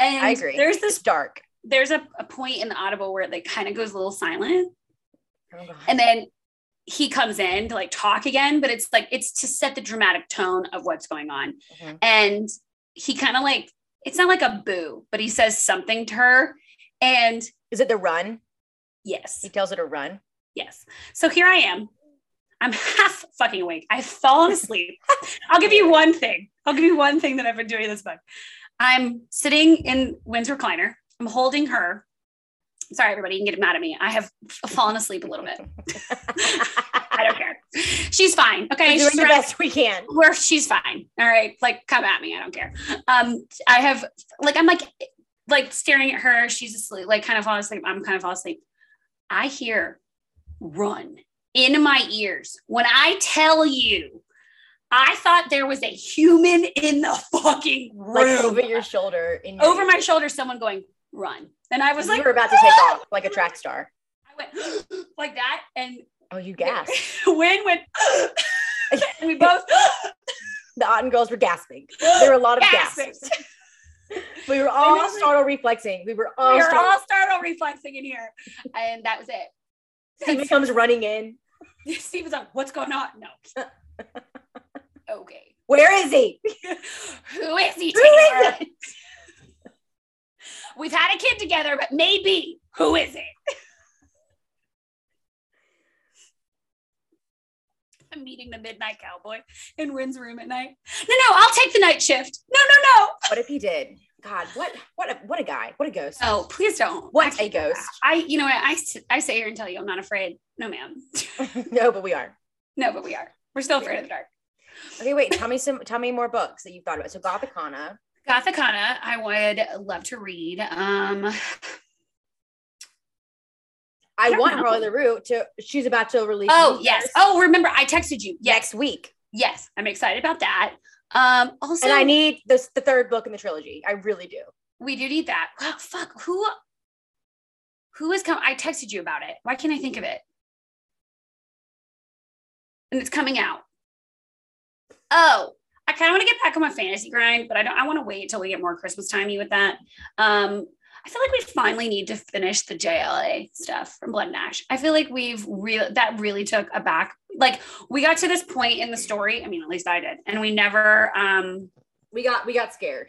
Speaker 1: and
Speaker 2: I agree.
Speaker 1: There's
Speaker 2: it's
Speaker 1: this,
Speaker 2: dark.
Speaker 1: there's a, a point in the audible where it like kind of goes a little silent,
Speaker 2: Oh, God.
Speaker 1: and then he comes in to like talk again, but it's like it's to set the dramatic tone of what's going on,
Speaker 2: Mhm.
Speaker 1: and he kind of like it's not like a boo, but he says something to her, and
Speaker 2: Is it the run?
Speaker 1: yes,
Speaker 2: He tells her to run.
Speaker 1: Yes. So here I am. I'm half fucking awake. I've fallen asleep. I'll give you one thing. I'll give you one thing that I've been doing this month. I'm sitting in Wynn's recliner. I'm holding her. Sorry, everybody, you can get mad at me. I have f- fallen asleep a little bit. I
Speaker 2: We're
Speaker 1: don't care. She's fine. Okay.
Speaker 2: doing the
Speaker 1: She's around-
Speaker 2: best we can.
Speaker 1: we're she's fine. All right. Like, come at me. I don't care. Um, I have like I'm like like staring at her, she's asleep, like kind of falling asleep. I'm kind of falling asleep. I hear run in my ears when I tell you I thought there was a human in the fucking room.
Speaker 2: Like over your shoulder. In your
Speaker 1: Over my shoulder, someone going, run. And I was
Speaker 2: you
Speaker 1: like,
Speaker 2: were about to take off like a track star.
Speaker 1: I went like that. And
Speaker 2: Oh, you gasped.
Speaker 1: Wynn went, and we both
Speaker 2: the Otten girls were gasping. There were a lot of
Speaker 1: gasped.
Speaker 2: gasps. We were all
Speaker 1: And I was like-
Speaker 2: startle reflexing. We were all.
Speaker 1: we are
Speaker 2: startle-
Speaker 1: all startle reflexing in here. And that was it.
Speaker 2: Steve comes running in.
Speaker 1: Steve was like, what's going on? No. okay.
Speaker 2: Where is he?
Speaker 1: Who is he?
Speaker 2: Who is
Speaker 1: Taylor? We've had a kid together, but maybe who is it? I'm meeting the midnight cowboy in Wynn's room at night. No, no, I'll take the night shift. No, no,
Speaker 2: What if he did? God, what what a what a guy. What a ghost.
Speaker 1: no. No, please don't. Oh,
Speaker 2: What
Speaker 1: I can't
Speaker 2: a
Speaker 1: do that.
Speaker 2: ghost.
Speaker 1: I, you know what? I, s- I sit here and tell you I'm not afraid. No, ma'am.
Speaker 2: no, but we are.
Speaker 1: No, but we are. We're still afraid of the dark.
Speaker 2: Okay, wait. Tell me some. Tell me more books that you've thought about. So Gothicana.
Speaker 1: Gothicana, I would love to read. Um, I
Speaker 2: I,
Speaker 1: don't
Speaker 2: want
Speaker 1: know.
Speaker 2: Harley LaRue to. She's about to release.
Speaker 1: oh
Speaker 2: new
Speaker 1: yes.
Speaker 2: verse
Speaker 1: Oh, remember I texted you. Yes,
Speaker 2: next week,
Speaker 1: yes. I'm excited about that. Um, also,
Speaker 2: and I need this the third book in the trilogy. I really do.
Speaker 1: we do need that. Wow, fuck. Who? Who is coming? I texted you about it. Why can't I think of it? And it's coming out. Oh, I kind of want to get back on my fantasy grind, but I don't. I want to wait till we get more Christmas timey with that. Um, I feel like we finally need to finish the JLA stuff from Blood and Ash. I feel like we've real that really took a back. Like we got to this point in the story. I mean, at least I did, and we never. um
Speaker 2: We got we got scared.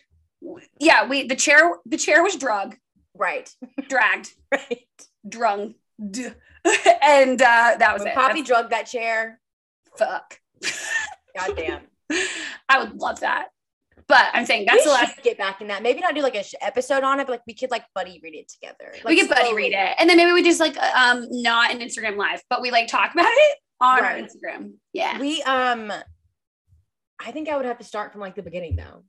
Speaker 1: Yeah, we the chair the chair was drug
Speaker 2: Right.
Speaker 1: dragged
Speaker 2: Right.
Speaker 1: drung, d- and uh, that was
Speaker 2: When
Speaker 1: it.
Speaker 2: Poppy drugged that chair.
Speaker 1: That's- fuck.
Speaker 2: Goddamn.
Speaker 1: I would love that, but I'm saying that's
Speaker 2: we
Speaker 1: the last.
Speaker 2: should get back in that. Maybe not do like a sh- episode on it, but like we could like buddy read it together.
Speaker 1: we could buddy read it, and then maybe we just like uh, um not an Instagram live, but we like talk about it on
Speaker 2: Right.
Speaker 1: our Instagram. Yeah,
Speaker 2: We um, I think I would have to start from like the beginning though.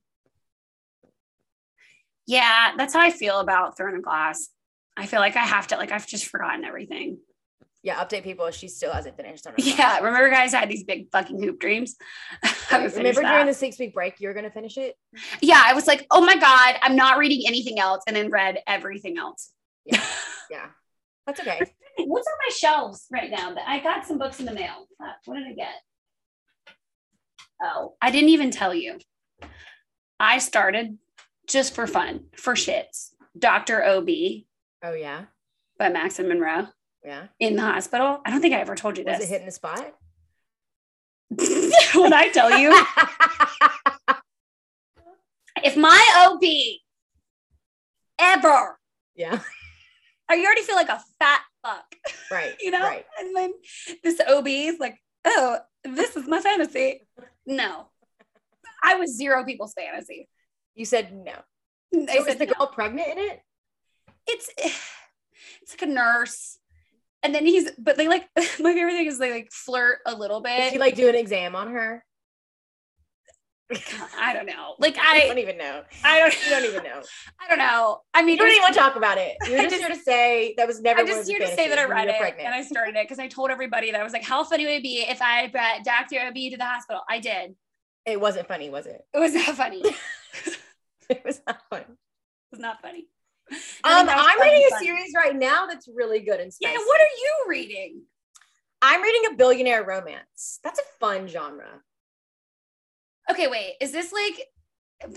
Speaker 1: yeah, that's how I feel about Throne of Glass. I feel like I have to like I've just forgotten everything.
Speaker 2: Yeah, update people. She still hasn't finished. Don't know why.
Speaker 1: Yeah, remember guys, I had these big fucking hoop dreams. I haven't finished
Speaker 2: Remember during
Speaker 1: that.
Speaker 2: the six week break, you're gonna finish it.
Speaker 1: yeah, I was like, oh my god, I'm not reading anything else, and then read everything else.
Speaker 2: Yeah, that's okay.
Speaker 1: What's on my shelves right now? That I got some books in the mail. Uh, What did I get? Oh, I didn't even tell you. I started just for fun, for shits. Dr. OB
Speaker 2: Oh yeah,
Speaker 1: by Maxim Monroe
Speaker 2: yeah.
Speaker 1: in the hospital. I don't think I ever told you
Speaker 2: Was it
Speaker 1: this.
Speaker 2: hitting the spot?
Speaker 1: when I tell you, if my OB ever,
Speaker 2: yeah,
Speaker 1: I already feel like a fat fuck.
Speaker 2: right.
Speaker 1: you know
Speaker 2: right.
Speaker 1: and then this ob is like oh this is my fantasy no i was zero people's fantasy
Speaker 2: You said no.
Speaker 1: I
Speaker 2: So is
Speaker 1: said
Speaker 2: the
Speaker 1: no.
Speaker 2: girl pregnant in it?
Speaker 1: it's it's like a nurse and then he's but they like my favorite thing is they like flirt a little
Speaker 2: Did
Speaker 1: bit
Speaker 2: she like do an exam on her?
Speaker 1: i don't know like
Speaker 2: I
Speaker 1: i
Speaker 2: don't even know.
Speaker 1: i don't
Speaker 2: You don't even know.
Speaker 1: i don't know i mean
Speaker 2: You don't
Speaker 1: it was-
Speaker 2: even want to talk about it. You're
Speaker 1: I
Speaker 2: just,
Speaker 1: just-
Speaker 2: here to say that was never.
Speaker 1: I'm just
Speaker 2: one's
Speaker 1: here to say
Speaker 2: fantasy.
Speaker 1: that I
Speaker 2: You
Speaker 1: read
Speaker 2: were
Speaker 1: it
Speaker 2: pregnant.
Speaker 1: and I started it because I told everybody that I was like, how funny would it be if I brought Dr. OB to the hospital? I did.
Speaker 2: it wasn't funny, was it?
Speaker 1: It was not funny. It
Speaker 2: It was not funny.
Speaker 1: was not funny. I
Speaker 2: Um,
Speaker 1: think that was
Speaker 2: I'm
Speaker 1: funny,
Speaker 2: reading a
Speaker 1: funny.
Speaker 2: series right now that's really good and
Speaker 1: Yeah,
Speaker 2: spicy.
Speaker 1: what are you reading?
Speaker 2: I'm reading a billionaire romance. That's a fun genre.
Speaker 1: Okay, wait. Is this like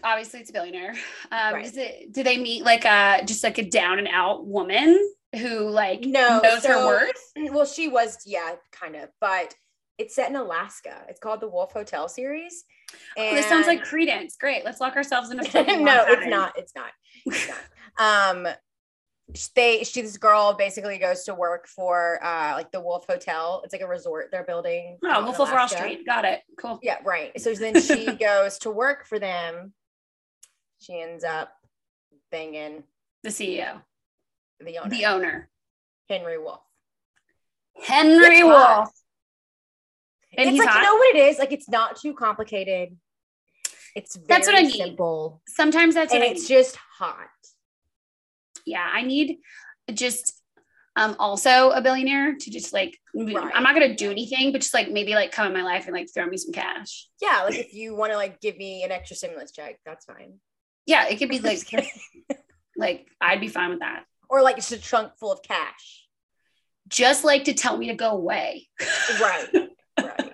Speaker 1: obviously it's a billionaire? Um,
Speaker 2: Right.
Speaker 1: is it? Do they meet like a just like a down and out woman who like
Speaker 2: No,
Speaker 1: knows her
Speaker 2: so-
Speaker 1: worth?
Speaker 2: Well, she was, yeah, kind of, but it's set in Alaska. It's called the Wolf Hotel series.
Speaker 1: Oh, this sounds like
Speaker 2: and-
Speaker 1: Credence. Great. Let's lock ourselves in a fucking
Speaker 2: no,
Speaker 1: log
Speaker 2: it's
Speaker 1: cabin.
Speaker 2: not. It's not. It's not. um, they she this girl basically goes to work for uh like the Wolf Hotel. It's like a resort they're building. out
Speaker 1: Oh,
Speaker 2: in
Speaker 1: Wolf of Wall
Speaker 2: Alaska.
Speaker 1: Street. Got it. Cool.
Speaker 2: Yeah, right. So then she goes to work for them. She ends up banging
Speaker 1: The CEO,
Speaker 2: the owner,
Speaker 1: the owner,
Speaker 2: Henry Wolf.
Speaker 1: Henry
Speaker 2: It's hot.
Speaker 1: Wolf. And
Speaker 2: it's
Speaker 1: he's
Speaker 2: like
Speaker 1: hot?
Speaker 2: you know what it is. Like it's not too complicated. It's very
Speaker 1: That's what I need.
Speaker 2: simple,
Speaker 1: Sometimes that's
Speaker 2: and
Speaker 1: what I
Speaker 2: it's just hot.
Speaker 1: yeah, I need just um also a billionaire to just like
Speaker 2: Right.
Speaker 1: I'm not gonna do anything, but just like maybe like come in my life and like throw me some cash.
Speaker 2: Yeah, like if you want to like give me an extra stimulus check, that's fine.
Speaker 1: Yeah, it could be like
Speaker 2: Just kidding.
Speaker 1: like I'd be fine with that.
Speaker 2: Or like just a trunk full of cash.
Speaker 1: Just like to tell me to go away.
Speaker 2: Right. right.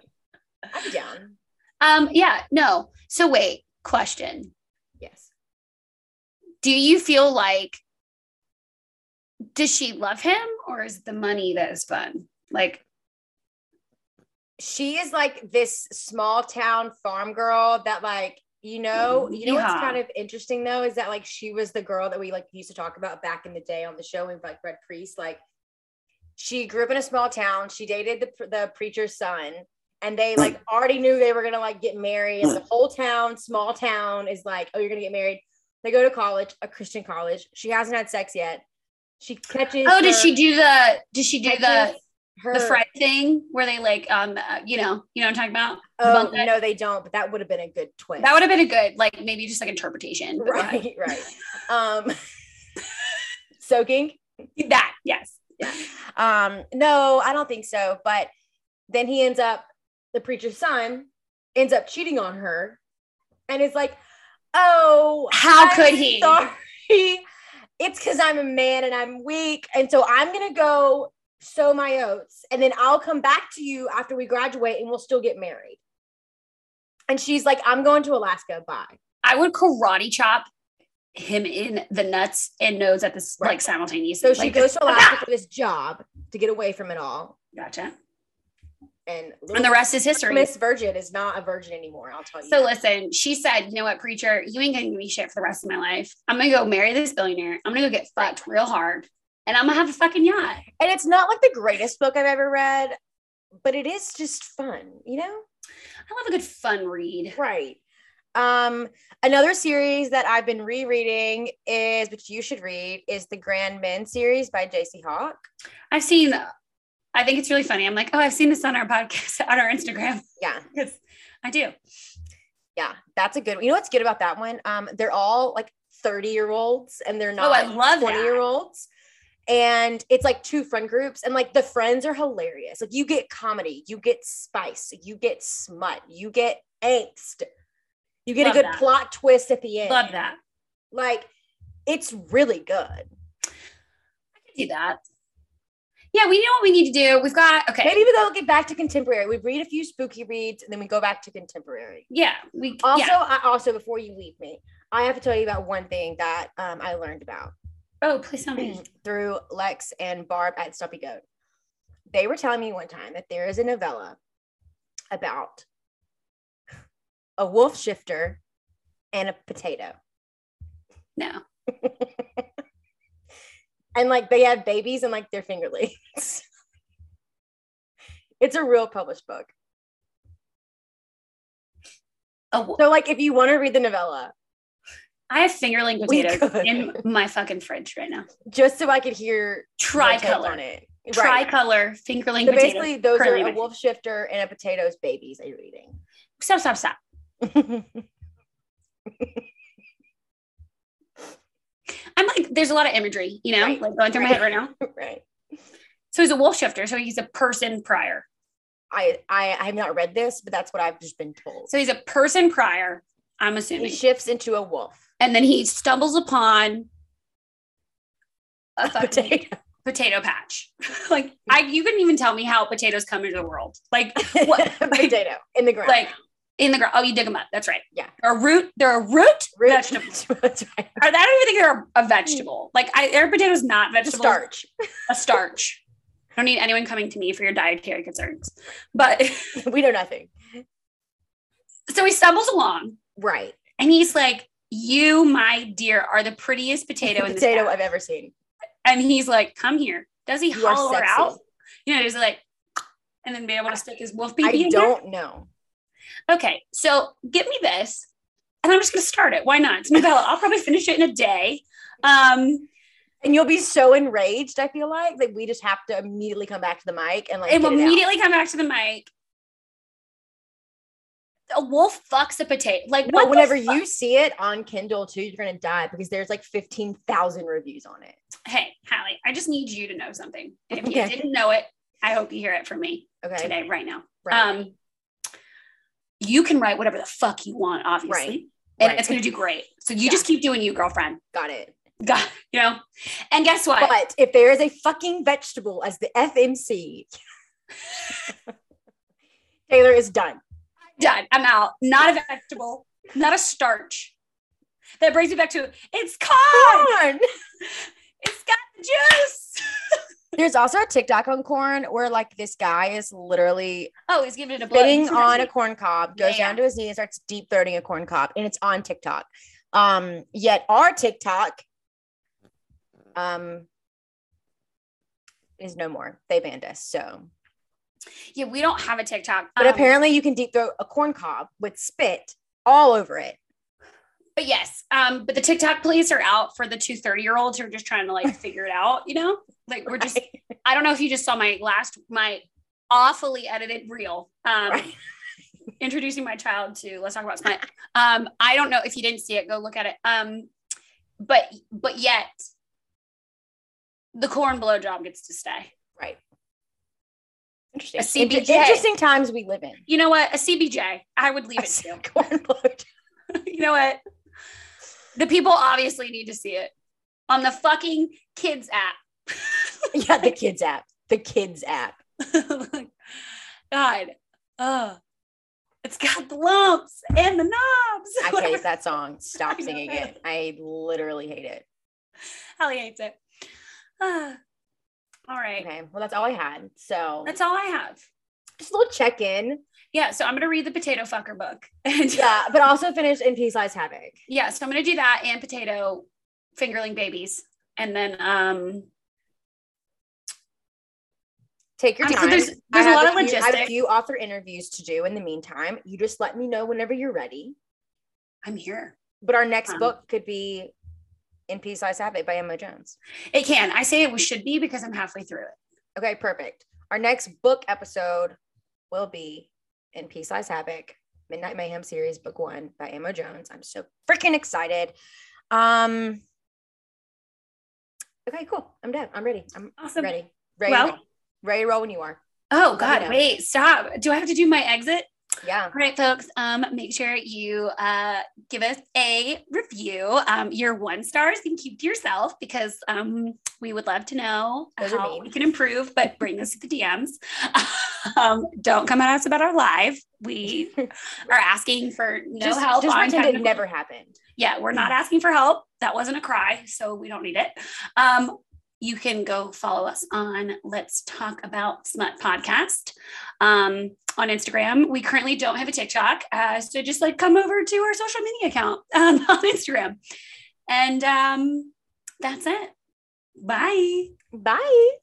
Speaker 2: I'm down.
Speaker 1: Um, yeah, no. So wait, question.
Speaker 2: Yes.
Speaker 1: Do you feel like does she love him or is it the money that is fun? Like,
Speaker 2: She is like this small town farm girl that like you know you know
Speaker 1: Yeehaw.
Speaker 2: what's kind of interesting though is that like she was the girl that we like used to talk about back in the day on the show and like Red Priest like she grew up in a small town she dated the the preacher's son and they like already knew they were gonna like get married and the whole town small town is like oh you're gonna get married they go to college a Christian college she hasn't had sex yet she catches
Speaker 1: oh, does
Speaker 2: her-
Speaker 1: she do the does she do the
Speaker 2: catches her
Speaker 1: the Fred thing where they like um uh, you know you know what I'm talking about The
Speaker 2: Oh
Speaker 1: bunk bed?
Speaker 2: no, they don't. But that would have been a good twist.
Speaker 1: that would have been a good like maybe just like interpretation but go ahead.
Speaker 2: right, right. Um, soaking.
Speaker 1: that yes
Speaker 2: Um, no, I don't think so. But then he ends up the preacher's son ends up cheating on her, and it's like, oh,
Speaker 1: How
Speaker 2: I'm
Speaker 1: could he?
Speaker 2: Sorry, it's because I'm a man and I'm weak, and so I'm gonna go sow my oats, and then I'll come back to you after we graduate, and we'll still get married. And she's like, I'm going to Alaska. Bye.
Speaker 1: I would karate chop him in the nuts and nose at this
Speaker 2: Right.
Speaker 1: like simultaneously.
Speaker 2: So she
Speaker 1: Like,
Speaker 2: goes to
Speaker 1: "Ah!"
Speaker 2: Alaska for this job to get away from it all.
Speaker 1: Gotcha.
Speaker 2: And,
Speaker 1: And the rest is history.
Speaker 2: Miss Virgin is not a virgin anymore. I'll tell you.
Speaker 1: So listen, she said, you know what, preacher, you ain't gonna give me shit for the rest of my life. I'm gonna go marry this billionaire. I'm gonna go get fucked real hard, and I'm gonna have a fucking yacht.
Speaker 2: and it's not like the greatest book I've ever read, but it is just fun, you know?
Speaker 1: I love a good fun read.
Speaker 2: Right. Um, another series that I've been rereading is, which you should read, is the Grand Men series by J.C. Hawk.
Speaker 1: I've seen. I think it's really funny. I'm like, oh, I've seen this on our podcast, on our Instagram.
Speaker 2: Yeah,
Speaker 1: Yes, I do.
Speaker 2: yeah, that's a good. one. You know what's good about that one? Um, they're all like thirty-year-olds, and they're not
Speaker 1: Oh, I love that.
Speaker 2: twenty-year-olds. And it's like two friend groups, and like the friends are hilarious. Like you get comedy, you get spice, you get smut, you get angst, you get
Speaker 1: Love
Speaker 2: a good
Speaker 1: that.
Speaker 2: plot twist at the end.
Speaker 1: Love that.
Speaker 2: Like it's really good.
Speaker 1: I could do that. Yeah, we know what we need to do. We've got okay.
Speaker 2: Maybe we go get back to contemporary. We read a few spooky reads and then we go back to contemporary.
Speaker 1: Yeah, we
Speaker 2: Also,
Speaker 1: yeah.
Speaker 2: I also before you leave me, I have to tell you about one thing that um, I learned about
Speaker 1: Oh, please tell me.
Speaker 2: Mm. through Lex and Barb at Stumpy Goat. They were telling me one time that there is a novella about a wolf shifter and a potato.
Speaker 1: No.
Speaker 2: and like they have babies and like their fingerlings. it's a real published book.
Speaker 1: Oh,
Speaker 2: So like if you want to read the novella,
Speaker 1: I have fingerling
Speaker 2: We
Speaker 1: potatoes
Speaker 2: could.
Speaker 1: in my fucking fridge right now.
Speaker 2: just so I could hear your take on
Speaker 1: Tricolor,
Speaker 2: it. Right.
Speaker 1: tricolor fingerling
Speaker 2: So
Speaker 1: potatoes.
Speaker 2: basically those are
Speaker 1: curly
Speaker 2: a
Speaker 1: white.
Speaker 2: wolf shifter and a potato's babies are reading.
Speaker 1: Stop! Stop! Stop! I'm like, there's a lot of imagery, you know,
Speaker 2: Right,
Speaker 1: like going through my
Speaker 2: right.
Speaker 1: head right now.
Speaker 2: right.
Speaker 1: So he's a wolf shifter. So he's a person prior.
Speaker 2: I, I I have not read this, but that's what I've just been told.
Speaker 1: So he's a person prior. I'm
Speaker 2: He
Speaker 1: assuming,
Speaker 2: shifts into a wolf.
Speaker 1: and then he stumbles upon a fucking potato,
Speaker 2: Potato.
Speaker 1: patch. like I, you couldn't even tell me how potatoes come into the world. Like What?
Speaker 2: potato in the ground.
Speaker 1: like in the ground. Oh, you dig them up. That's right.
Speaker 2: Yeah.
Speaker 1: They're a root. They're a root,
Speaker 2: Root-
Speaker 1: vegetable.
Speaker 2: That's right.
Speaker 1: Or I don't even think they're a vegetable. Like I, their potatoes not vegetable.
Speaker 2: Mm. Starch.
Speaker 1: A starch. I don't need anyone coming to me for your dietary concerns. But
Speaker 2: We know nothing.
Speaker 1: so he stumbles along
Speaker 2: Right.
Speaker 1: and he's like, "You, my dear, are the prettiest potato in this
Speaker 2: potato
Speaker 1: house."
Speaker 2: I've ever seen.
Speaker 1: And he's like, "Come here." Does he
Speaker 2: You are
Speaker 1: hollow her
Speaker 2: sexy.
Speaker 1: out? You know, he's like, and then be able to stick his wolf baby.
Speaker 2: I
Speaker 1: in there?
Speaker 2: don't know.
Speaker 1: Okay, so get me this, and I'm just gonna start it. Why not? It's novella. I'll probably finish it in a day. Um,
Speaker 2: And you'll be so enraged, I feel like, that we just have to immediately come back to the mic and like
Speaker 1: and
Speaker 2: get
Speaker 1: we'll
Speaker 2: it out.
Speaker 1: immediately come back to the mic. A wolf fucks a potato. Like
Speaker 2: No,
Speaker 1: what the
Speaker 2: whenever
Speaker 1: fuck?
Speaker 2: you see it on Kindle too, you're gonna die because there's like fifteen thousand reviews on it.
Speaker 1: Hey, Hallie, I just need you to know something. And if
Speaker 2: Okay.
Speaker 1: you didn't know it, I hope you hear it from me
Speaker 2: Okay.
Speaker 1: today, right now.
Speaker 2: Right.
Speaker 1: Um, you can write whatever the fuck you want, obviously, and
Speaker 2: Right.
Speaker 1: it's gonna do great. So you
Speaker 2: Yeah.
Speaker 1: just keep doing you, girlfriend.
Speaker 2: Got it.
Speaker 1: God, you know. And guess what?
Speaker 2: But if there is a fucking vegetable as the FMC, Taylor is done.
Speaker 1: done. I'm out. Not a vegetable, not a starch. That brings me back to it's corn.
Speaker 2: Corn.
Speaker 1: It's got the juice.
Speaker 2: There's also a TikTok on corn where like this guy is literally
Speaker 1: Oh, he's giving it a blow.
Speaker 2: spitting on a corn cob, goes
Speaker 1: Yeah,
Speaker 2: down to his knee and starts deep throating a corn cob, and it's on TikTok. Um, yet our TikTok um is no more. They banned us. So
Speaker 1: Yeah, we don't have a TikTok.
Speaker 2: but
Speaker 1: Um,
Speaker 2: apparently you can deep throat a corn cob with spit all over it.
Speaker 1: but yes. Um, but the TikTok police are out for the two 30 year olds who are just trying to like figure it out, you know? Like we're just
Speaker 2: Right.
Speaker 1: I don't know if you just saw my last my awfully edited reel. Um
Speaker 2: Right.
Speaker 1: introducing my child to let's talk about smut. Um, I don't know if you didn't see it, go look at it. Um, but but yet the corn blowjob gets to stay.
Speaker 2: Right.
Speaker 1: A
Speaker 2: Interesting. Inter-
Speaker 1: CBJ.
Speaker 2: Interesting times we live in.
Speaker 1: You know what? A CBJ, I would leave it to.
Speaker 2: corn blowjob.
Speaker 1: you know what? The people obviously need to see it on the fucking kids app.
Speaker 2: yeah, the kids app. The kids app.
Speaker 1: God, oh, it's It's got the lumps and the knobs.
Speaker 2: I
Speaker 1: Whatever.
Speaker 2: hate that song. Stop
Speaker 1: I
Speaker 2: singing
Speaker 1: know.
Speaker 2: it. I literally hate it.
Speaker 1: Hallie hates it. Ah. all right.
Speaker 2: Okay. Well, that's all I had. So
Speaker 1: That's all I have.
Speaker 2: just a little check in.
Speaker 1: Yeah. So I'm going to read the potato fucker book. And
Speaker 2: Yeah. But also finish in Peace Lies Havoc.
Speaker 1: yeah. So I'm going to do that and potato fingerling babies. And then, um,
Speaker 2: Take your
Speaker 1: I mean,
Speaker 2: time.
Speaker 1: there's-
Speaker 2: I
Speaker 1: there's a
Speaker 2: have
Speaker 1: lot of
Speaker 2: few- I have a
Speaker 1: logistics.
Speaker 2: few author interviews to do in the meantime. You just let me know whenever you're ready.
Speaker 1: I'm here.
Speaker 2: But our next
Speaker 1: Um,
Speaker 2: book could be In Peace Lies Havoc by Emma Jones.
Speaker 1: It can. I say it should be because I'm halfway through it.
Speaker 2: Okay, perfect. Our next book episode will be in Peace Lies Havoc, Midnight Mayhem series, book one by Emma Jones. I'm so freaking excited. Um okay, cool. I'm done. I'm ready. I'm
Speaker 1: Awesome.
Speaker 2: ready. Ready
Speaker 1: Well-
Speaker 2: to roll. Ready to roll when you are.
Speaker 1: Oh,
Speaker 2: Let me
Speaker 1: God.
Speaker 2: know.
Speaker 1: Wait, stop. Do I have to do my exit?
Speaker 2: Yeah.
Speaker 1: All right, folks. Um, make sure you uh, give us a review. Um, your one stars and keep to yourself because um, we would love to know
Speaker 2: Those are
Speaker 1: how
Speaker 2: mean.
Speaker 1: we can improve. But bring us to the DMs. um, don't come at us about our live. We are asking for no
Speaker 2: just
Speaker 1: help.
Speaker 2: just
Speaker 1: on
Speaker 2: pretend it
Speaker 1: technical-
Speaker 2: never happened.
Speaker 1: yeah, we're not asking for help. That wasn't a cry, so we don't need it. Um, you can go follow us on Let's Talk About Smut podcast um, on Instagram. We currently don't have a TikTok, uh, so just like come over to our social media account um, on Instagram. And um, that's it. Bye.
Speaker 2: Bye.